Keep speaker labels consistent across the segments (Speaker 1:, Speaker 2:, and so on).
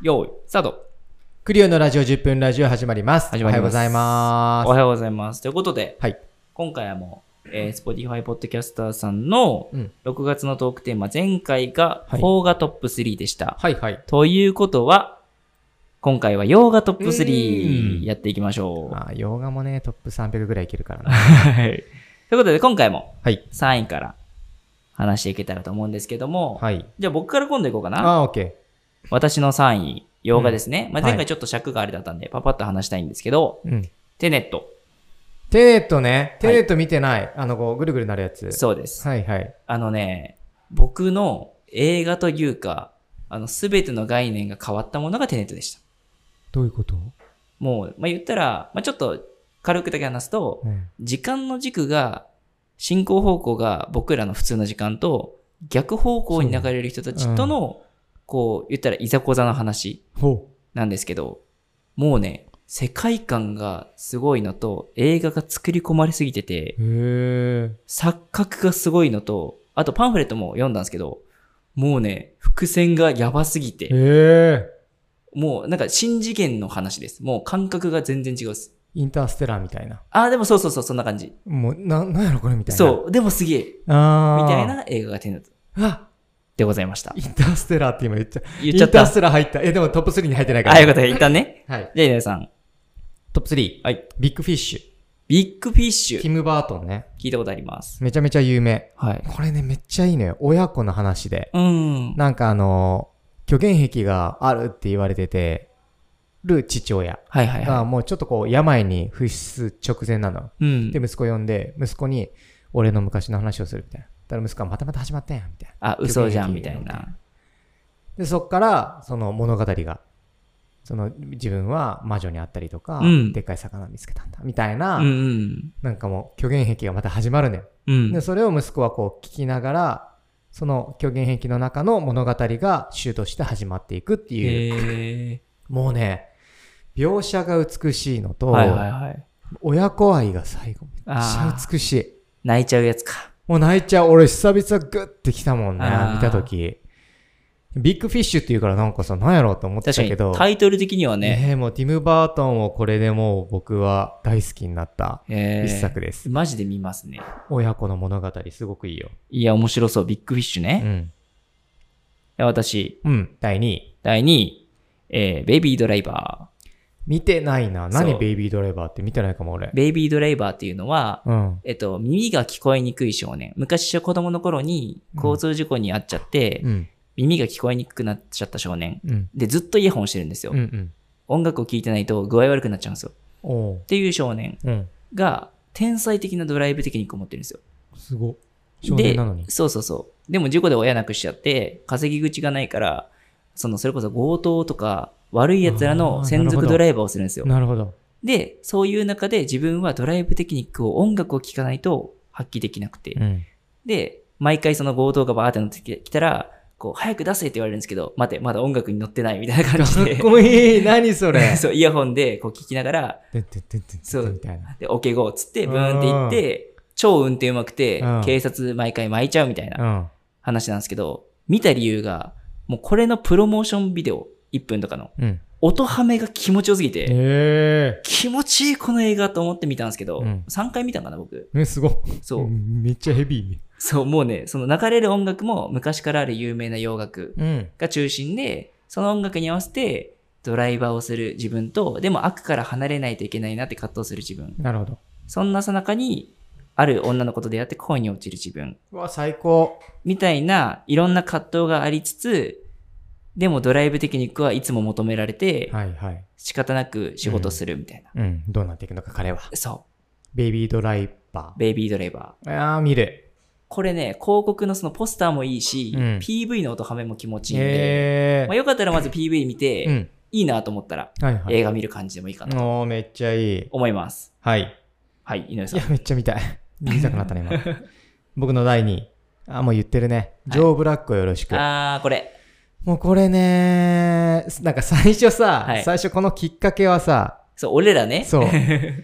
Speaker 1: よーい、スタート。
Speaker 2: クリオのラジオ10分ラジオ始まります。
Speaker 1: 始まります
Speaker 2: おはようございま
Speaker 1: おはようございます。ということで、
Speaker 2: す。はい。
Speaker 1: 今回はもう、えー、Spotify ポッドキャスターさんの
Speaker 2: うん
Speaker 1: 6月のトークテーマ、前回が
Speaker 2: はい
Speaker 1: 邦画トップ3でした。
Speaker 2: はいはい。
Speaker 1: ということは、今回は洋画トップ
Speaker 2: う
Speaker 1: 3
Speaker 2: ん
Speaker 1: やっていきましょう。
Speaker 2: まあ、洋画もね、トップ300ぐらいいけるからな。
Speaker 1: はい。ということで、今回も
Speaker 2: はい。
Speaker 1: 3位から話していけたらと思うんですけども、
Speaker 2: はい。
Speaker 1: じゃあ僕から今度いこうかな。
Speaker 2: ああー、OK。
Speaker 1: 私の3位、洋画ですね。まあ、前
Speaker 2: は
Speaker 1: 回
Speaker 2: い
Speaker 1: ちょっと尺があれだったんで、パパッと話したいんですけど、
Speaker 2: うん。
Speaker 1: テネット。
Speaker 2: テネットね。テネット見てない。あの、こう、ぐるぐるなるやつ。
Speaker 1: そうです。
Speaker 2: はいはい。
Speaker 1: あのね、僕の映画というか、あの、すべての概念が変わったものがテネットでした。
Speaker 2: どういうこと
Speaker 1: もう、まあ、言ったら、まあ、ちょっと軽くだけ話すと、
Speaker 2: うん。
Speaker 1: 時間の軸が、進行方向が僕らの普通の時間と、逆方向に流れる人たちとの、こう、言ったらいざこざの話
Speaker 2: ほ
Speaker 1: なんですけど、もうね、世界観がすごいのと、映画が作り込まれすぎてて、
Speaker 2: う。へえ。
Speaker 1: 錯覚がすごいのと、あとパンフレットも読んだんですけど、もうね、伏線がやばすぎ
Speaker 2: へ
Speaker 1: て、
Speaker 2: え。
Speaker 1: もうなんか新次元の話です。もう感覚が全然違うっす。
Speaker 2: インターステラーみたいな。
Speaker 1: ああ、でもそうそうそう、そんな感じ。
Speaker 2: もう、な、なんやろこれみたいな。う。
Speaker 1: そう、でもすげえ、
Speaker 2: ああ。
Speaker 1: みたい。な映画がテネット
Speaker 2: あ
Speaker 1: でございました
Speaker 2: イ。ンターステラーって今言っちゃ
Speaker 1: 言っちゃった
Speaker 2: インター。ステラー入った。え、でもトップ3に入ってないから。
Speaker 1: あ、よかった、一旦ね。
Speaker 2: はい。
Speaker 1: じゃあ、皆さん。
Speaker 2: トップ3。
Speaker 1: はい。
Speaker 2: ビッグフィッシュ。
Speaker 1: ビッグフィッシュ
Speaker 2: テ。ィム・バートンね。
Speaker 1: 聞いたことあります。
Speaker 2: めちゃめちゃ有名。
Speaker 1: はい。
Speaker 2: これね、めっちゃいいのよ。親子の話で。
Speaker 1: うん。
Speaker 2: なんかあのー、虚言癖があるって言われてて、る父親
Speaker 1: はいはい
Speaker 2: が
Speaker 1: は
Speaker 2: もうちょっとこう、病に不出直前なの。
Speaker 1: い。うん
Speaker 2: で、。息子呼んで、息子に、俺の昔の話をするみたいな。だから息子はまたまた始まったやん、みたいな。
Speaker 1: あ、嘘じゃん、みたいな。
Speaker 2: で、そっから、その物語が、その自分は魔女に会ったりとか、
Speaker 1: うん
Speaker 2: でっかい魚見つけたんだ、みたいな、
Speaker 1: うんうん。
Speaker 2: なんかもう虚言癖がまた始まるねん。
Speaker 1: うん
Speaker 2: で。それを息子はこう聞きながらその狂言癖の中の物語が主として始まっていくっていう、
Speaker 1: へえ。
Speaker 2: もうね描写が美しいのと、
Speaker 1: はいはいはい。
Speaker 2: 親子愛が最後めっちゃ美しい
Speaker 1: 泣いちゃうやつか。
Speaker 2: もう泣いちゃう俺久々グッてきたもんね
Speaker 1: あー
Speaker 2: 見た時ビッグフィッシュっていうからなんかさ何やろうと思って
Speaker 1: 確か
Speaker 2: た
Speaker 1: に
Speaker 2: けど
Speaker 1: タイトル的にはね、
Speaker 2: ねえもうティム・バートンをこれでもう僕は大好きになった
Speaker 1: えー
Speaker 2: 一作です、
Speaker 1: マジで見ますね
Speaker 2: 親子の物語すごくいいよ
Speaker 1: いや面白そうビッグフィッシュ
Speaker 2: う
Speaker 1: ね、い
Speaker 2: ん、
Speaker 1: や私
Speaker 2: うん、第2位
Speaker 1: 第2位、えーベイビードライバ
Speaker 2: 見てないな。
Speaker 1: そう
Speaker 2: 何ベイビードライバーって見てないかも俺
Speaker 1: ー。ベイビードライバーっていうのは
Speaker 2: うん。
Speaker 1: えっと、耳が聞こえにくい少年昔子供の頃に交通事故に遭っちゃって、
Speaker 2: うん。
Speaker 1: 耳が聞こえにくくなっちゃった少年
Speaker 2: うん。
Speaker 1: でずっとイヤホンしてるんですよ、
Speaker 2: うん。うん。
Speaker 1: 音楽を聴いてないと具合悪くなっちゃうんですよっ
Speaker 2: おう。
Speaker 1: ていう少年
Speaker 2: うん。
Speaker 1: が天才的なドライブテクニックを持ってるんですよ
Speaker 2: すご。少年なのに
Speaker 1: で。そうそうそうでも事故で親亡くしちゃって稼ぎ口がないからそのそれこそ強盗とか悪いやつらの専属ドライバーをするんですよ
Speaker 2: なるほど。
Speaker 1: でそういう中で自分はドライブテクニックを音楽を聴かないと発揮できなくて、
Speaker 2: うん。
Speaker 1: で毎回その強盗がバーって乗ってきたらこう早く出せって言われるんですけど待てまだ音楽に乗ってないみたいな感じ
Speaker 2: か
Speaker 1: で
Speaker 2: っこいい何そ れ
Speaker 1: そうイヤホンでこう聞きながら
Speaker 2: てんてんてんてんて
Speaker 1: そうん
Speaker 2: みたいな。
Speaker 1: で OK ゴーっつってブーンって行って超運転うまくて
Speaker 2: うん
Speaker 1: 警察毎回巻いちゃうみたいな
Speaker 2: うん。
Speaker 1: 話なんですけど、見た理由が、もうこれのプロモーションビデオ、1分とかの、
Speaker 2: うん。
Speaker 1: 音ハメが気持ちよすぎて、
Speaker 2: え
Speaker 1: 気持ちいいこの映画と思って見たんですけど、
Speaker 2: うん
Speaker 1: 3回見たんかな、僕。
Speaker 2: え。ね、すごい。
Speaker 1: そう、
Speaker 2: ん めっちゃヘビーね。
Speaker 1: そう、もうね、その流れる音楽も昔からある有名な洋楽
Speaker 2: うん。
Speaker 1: が中心で、その音楽に合わせて、ドライバーをする自分と、でも悪から離れないといけないなって葛藤する自分。
Speaker 2: なるほど。
Speaker 1: そんなさなかに、ある女の子と出会って恋に落ちる自分。
Speaker 2: うわ、最高。
Speaker 1: みたいないろんな葛藤がありつつ、でもドライブテクニックはいつも求められて、
Speaker 2: はいはい。
Speaker 1: 仕方なく仕事するみたいな。
Speaker 2: うん。どうなっていくのか、彼は。
Speaker 1: そ
Speaker 2: ベイビードライバ
Speaker 1: う、ベイビードライバー。
Speaker 2: ー。あー、見る。
Speaker 1: これね、広告のそのポスターもいいし、
Speaker 2: うん
Speaker 1: PV の音ハメも気持ちいいんで、
Speaker 2: え
Speaker 1: まあ、
Speaker 2: え。
Speaker 1: よかったらまず PV 見て、
Speaker 2: うん。
Speaker 1: いいなと思ったら
Speaker 2: はいはい。
Speaker 1: 映画見る感じでもいいかなと
Speaker 2: おー、めっちゃいい。
Speaker 1: 思います。
Speaker 2: はい。
Speaker 1: はい、井上
Speaker 2: い
Speaker 1: さん
Speaker 2: や。、めっちゃ見たい。見たくなったね、 今。僕の第2位。あ、もう言ってるね。ジョー・ブラックをよろしく。
Speaker 1: あー、これ。
Speaker 2: もうこれね、なんか最初さ、
Speaker 1: はい
Speaker 2: 最初このきっかけはさ、
Speaker 1: そう、俺らね。
Speaker 2: そう。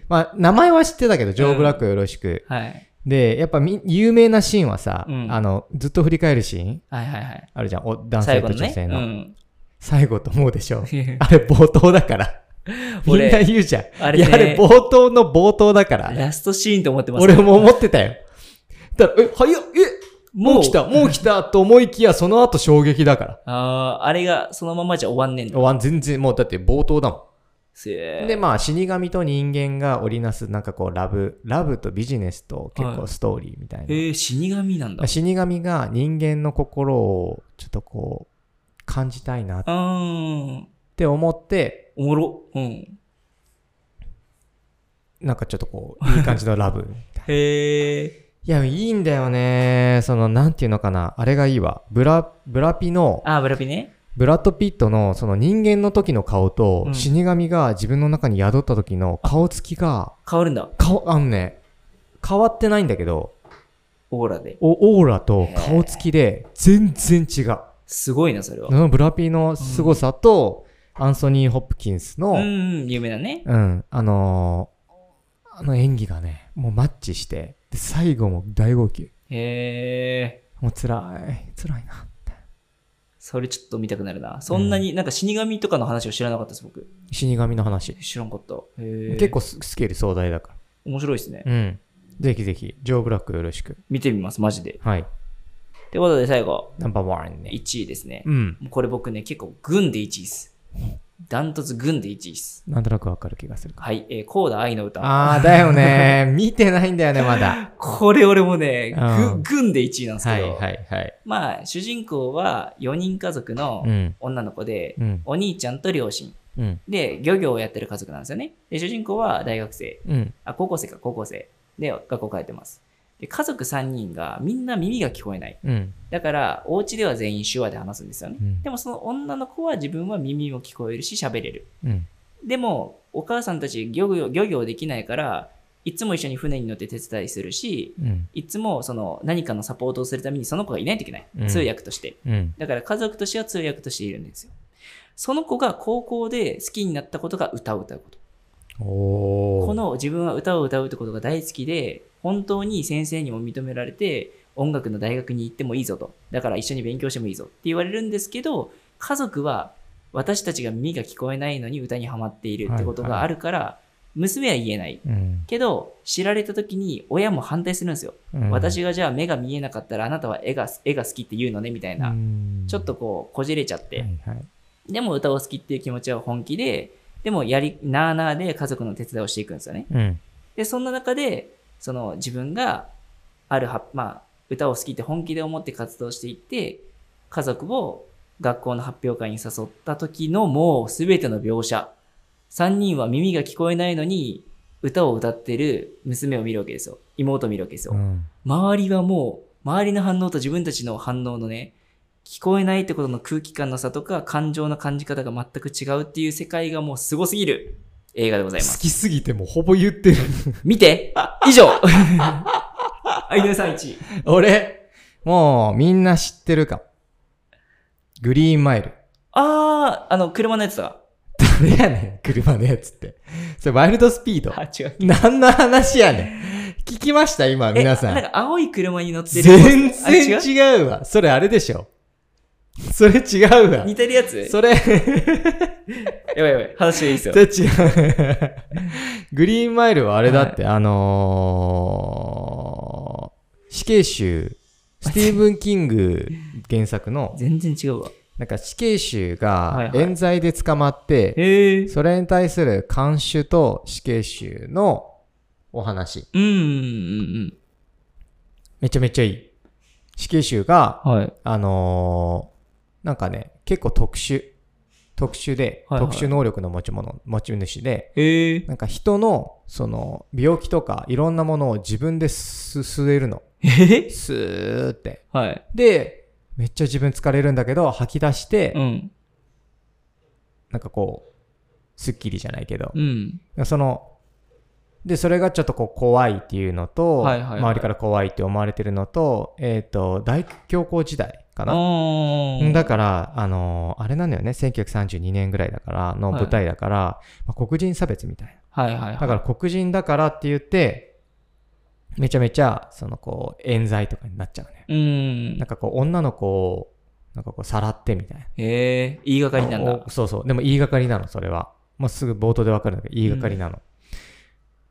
Speaker 2: まあ、名前は知ってたけど、ジョー・ブラックをよろしく。
Speaker 1: はい。
Speaker 2: で、やっぱみ有名なシーンはさ、
Speaker 1: うん
Speaker 2: あの、ずっと振り返るシーン
Speaker 1: はいはいはい。
Speaker 2: あるじゃん。お男
Speaker 1: 最
Speaker 2: 性
Speaker 1: 後の
Speaker 2: と女
Speaker 1: ね。
Speaker 2: 性の。
Speaker 1: うん。
Speaker 2: 最後と思うでしょ。あれ冒頭だから。みん
Speaker 1: 俺
Speaker 2: な言うじゃん。
Speaker 1: あれ
Speaker 2: い
Speaker 1: ね
Speaker 2: や、あれ冒頭の冒頭だから。
Speaker 1: ラストシーンと思ってます。
Speaker 2: 俺も思ってたよ。だから、え、早っ、え、も
Speaker 1: も
Speaker 2: う来た、もう来たと思いきや、その後衝撃だ から。
Speaker 1: あーあれがそのままじゃ終わんねんだ。
Speaker 2: わ全然、もうだって冒頭だもん。
Speaker 1: せー
Speaker 2: でまあ死神と人間が織りなすなんかこうラブラブとビジネスと結
Speaker 1: は
Speaker 2: 構
Speaker 1: い
Speaker 2: ストーリーみたいな、
Speaker 1: えー、死神なんだ。
Speaker 2: 死神が人間の心をちょっとこう感じたいなっ
Speaker 1: あー、
Speaker 2: て思って
Speaker 1: おもろ。うん。
Speaker 2: なんかちょっとこういい感じのラブ
Speaker 1: へえ。
Speaker 2: いやいいんだよねそのなんていうのかなあれがいいわブラブラピの
Speaker 1: あー、ブラピね。
Speaker 2: ブラッド・ピットのその人間の時の顔と
Speaker 1: うん
Speaker 2: 死神が自分の中に宿った時の顔つきが
Speaker 1: 変わるんだ。
Speaker 2: 顔あのね変わってないんだけど
Speaker 1: オーラで。
Speaker 2: おオーラと顔つきで全然違う。
Speaker 1: すごいな、それは。
Speaker 2: そのブラピの凄さと、アンソニー・ホップキンス
Speaker 1: うん、う
Speaker 2: の、
Speaker 1: ん、有名だね。
Speaker 2: うん、あのーあの演技がね、もうマッチして、で最後も大号泣。
Speaker 1: へえ。
Speaker 2: もう辛い、辛いな。
Speaker 1: それちょっと見たくなるな。そんなに、なんか死神とかの話を知らなかったです、僕。
Speaker 2: 死神の話。
Speaker 1: 知らんかった。へえ。
Speaker 2: 結構ススケール壮大だか
Speaker 1: 面白いですね。
Speaker 2: ら。うん。ぜひぜひ、ジョー・ブラックよろしく。
Speaker 1: 見てみます、マジで。
Speaker 2: はい。
Speaker 1: ってことで最後、
Speaker 2: ナンバーワンね。
Speaker 1: 1位ですね。
Speaker 2: うん。
Speaker 1: これ僕ね、結構群で1位です。ダントツ群で1位です。
Speaker 2: なんとなくわかる気がするか。
Speaker 1: はい、えー、コーダ愛の歌。
Speaker 2: あー、だよね。 見てないんだよね、ま だ。
Speaker 1: これ俺もね、
Speaker 2: うん
Speaker 1: ぐ群で1位なんです
Speaker 2: は
Speaker 1: け
Speaker 2: い
Speaker 1: ど、
Speaker 2: はいはい。
Speaker 1: まあ、主人公は4人家族の
Speaker 2: うん。
Speaker 1: 女の子で、
Speaker 2: うん。
Speaker 1: お兄ちゃんと両親。
Speaker 2: うん。
Speaker 1: で、漁業をやってる家族なんですよね。で、主人公は大学生。
Speaker 2: うん。
Speaker 1: あ、高校生か、高校生。で、学校帰ってます。で、家族3人がみんな耳が聞こえない。
Speaker 2: うん。
Speaker 1: だから、お家では全員手話で話すんですよね。
Speaker 2: うん
Speaker 1: でもその女の子は自分は耳も聞こえるし喋れる。
Speaker 2: うん。
Speaker 1: でも、お母さんたち漁業漁業できないから、いつも一緒に船に乗って手伝いするし、
Speaker 2: うん。
Speaker 1: いつもその何かのサポートをするためにその子がいないといけない。
Speaker 2: うん
Speaker 1: 通訳として。
Speaker 2: うん。
Speaker 1: だから家族としては通訳としているんですよ。その子が高校で好きになったことが歌を歌うこと。
Speaker 2: おー
Speaker 1: この自分は歌を歌うってことが大好きで、本当に先生にも認められて、音楽の大学に行ってもいいぞと。だから一緒に勉強してもいいぞって言われるんですけど、家族は私たちが耳が聞こえないのに歌にはまっているってことがあるから、娘は言えない。
Speaker 2: うん。
Speaker 1: けど、知られた時に親も反対するんですよ。
Speaker 2: うん、
Speaker 1: 私がじゃあ目が見えなかったらあなたは絵が絵が好きって言うのねみたいな。
Speaker 2: うん
Speaker 1: ちょっとこう、こじれちゃって
Speaker 2: は。いはい
Speaker 1: でも歌を好きっていう気持ちは本気で、でもやり、なあなあで家族の手伝いをしていくんですよね。
Speaker 2: うん。
Speaker 1: で、そんな中で、その自分があるは、まあ、歌を好きって本気で思って活動していって、家族を学校の発表会に誘った時のもうすべての描写。三人は耳が聞こえないのに、歌を歌ってる娘を見るわけですよ。妹を見るわけですよ。
Speaker 2: うん
Speaker 1: 周りはもう、周りの反応と自分たちの反応のね、聞こえないってことの空気感の差とか、感情の感じ方が全く違うっていう世界がもうすごすぎる映画でございます
Speaker 2: 好。きすぎてもうほぼ言ってる。
Speaker 1: 見て以上 アイドルさん1位。
Speaker 2: 俺、もうみんな知ってるか。グリーンマイル。
Speaker 1: あー、あの、車のやつだ。
Speaker 2: 誰やねん、車のやつって。それワイルドスピード。
Speaker 1: あ、違う。
Speaker 2: 何の話やねん。聞きました今、
Speaker 1: え
Speaker 2: 皆さ
Speaker 1: なん
Speaker 2: ん。
Speaker 1: か青い車に乗ってる。
Speaker 2: 全
Speaker 1: あ違
Speaker 2: 然
Speaker 1: う
Speaker 2: 違うわ。それあれでしょ。それ違うわ。
Speaker 1: 似てるやつ
Speaker 2: それ、
Speaker 1: やばいやばい。話していいですよ。
Speaker 2: 絶対違う。 グリーンマイルはあれだって、あのー死刑囚、スティーブン・キング原作の、
Speaker 1: 全然違うわ。
Speaker 2: なんか死刑囚
Speaker 1: はい
Speaker 2: が
Speaker 1: はい
Speaker 2: 冤罪で捕まって、
Speaker 1: へえ。
Speaker 2: それに対する監守と死刑囚のお話。
Speaker 1: うん、うん、
Speaker 2: めちゃめちゃいい。死刑囚が、
Speaker 1: うん。はい。
Speaker 2: あのーなんかね、結構特殊、特殊で、
Speaker 1: はいはい
Speaker 2: 特殊能力の持ち物、持ち主で、
Speaker 1: へえ。
Speaker 2: なんか人のその病気とかいろんなものを自分です吸えるの。
Speaker 1: え
Speaker 2: スーって。
Speaker 1: はい。
Speaker 2: で、めっちゃ自分疲れるんだけど吐き出して、
Speaker 1: うん。
Speaker 2: なんかこう、スッキリじゃないけど、
Speaker 1: うん。
Speaker 2: その、で、それがちょっとこう怖いっていうのと、
Speaker 1: はいはいはい
Speaker 2: 周りから怖いって思われてるのと、えっ、と、大恐慌時代か
Speaker 1: あ
Speaker 2: な。
Speaker 1: ー。
Speaker 2: だから、あのーあれなんだよね、1932年ぐらいだから、の舞台だから、まあ、黒人差別みたいな。
Speaker 1: はいはいは
Speaker 2: だ
Speaker 1: い。
Speaker 2: から黒人だからって言って、めちゃめちゃ、そのこう、冤罪とかになっちゃうね。
Speaker 1: うん
Speaker 2: なん。かこう、女の子を、なんかこう、さらってみたいな。
Speaker 1: へえ、言いがかりなんだ
Speaker 2: お。そうそう。でも言いがかりなの、それは。もうすぐ冒頭でわかるんだけど、言いがかりなの。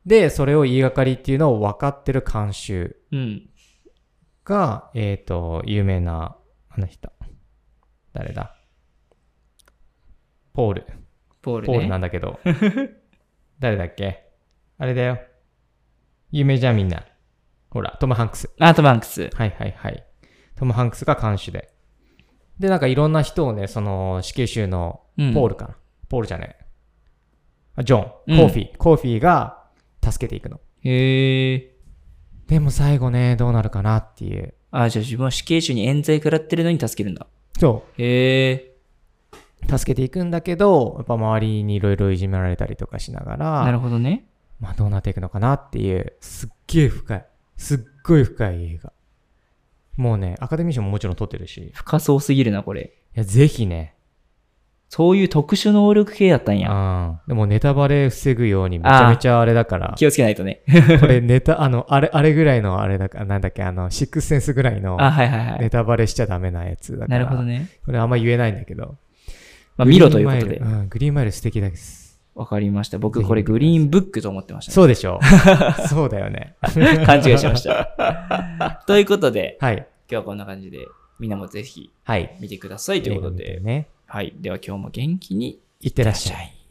Speaker 2: で、それを言いがかりっていうのを分かってる監修
Speaker 1: うん。
Speaker 2: が、えっ、と、有名な、あの人。誰だポール。
Speaker 1: ポール
Speaker 2: ポールな
Speaker 1: ね。
Speaker 2: んだけど。 誰だっけあれだよ。有名じゃん、みんな。ほら、トム・ハンクス。
Speaker 1: アートバンクス。
Speaker 2: はいはいはい。トム・ハンクスが監修で。で、なんかいろんな人をね、その死刑囚の
Speaker 1: うん
Speaker 2: ポールかな。ポールじゃねえ。あジョン、コ
Speaker 1: うん
Speaker 2: ーフィー、コーフィーが助けていくの。
Speaker 1: へえ。
Speaker 2: でも最後ね、どうなるかなっていう。
Speaker 1: あ、じゃあ自分は死刑囚に冤罪食らってるのに助けるんだ。
Speaker 2: そ
Speaker 1: へえ。
Speaker 2: う。助けていくんだけど、やっぱ周りにいろいろいじめられたりとかしなが
Speaker 1: な
Speaker 2: ら、
Speaker 1: るほどね。
Speaker 2: まあどうなっていくのかなっていう、すっげえ深い。すっごい深い映画。もうね、アカデミー賞ももちろん撮ってるし、い
Speaker 1: 深そうすぎるな、これ。
Speaker 2: や、ぜひね、
Speaker 1: そういう特殊能力系だったんや。
Speaker 2: うんでもネタバレ防ぐようにめちゃめちゃあれだから、
Speaker 1: 気をつけないとね。
Speaker 2: これネタ、あの、あれ、あれぐらいのあれだから、なんだっけ、あの、シックスセンスぐらいの
Speaker 1: あ、はいはいは
Speaker 2: ネ
Speaker 1: い。
Speaker 2: タバレしちゃダメなやつだか
Speaker 1: な
Speaker 2: ら、
Speaker 1: るほどね。
Speaker 2: これあんま言えないんだけど。
Speaker 1: まあ、見ろということ
Speaker 2: グリ
Speaker 1: で
Speaker 2: ーン。マイルうん、グリーンマイル素敵 です。
Speaker 1: わかりました。
Speaker 2: ぜ
Speaker 1: 僕、
Speaker 2: ひ
Speaker 1: これグリーンブックと思ってました
Speaker 2: そうでしょうそうだよね。
Speaker 1: ね。勘違いしました。 ということで、
Speaker 2: はい。
Speaker 1: 今日はこんな感じで、みんなもぜひ
Speaker 2: はい。
Speaker 1: 見てくださいということで。
Speaker 2: ね。
Speaker 1: はい。では今日も元気に
Speaker 2: いってらっしゃい。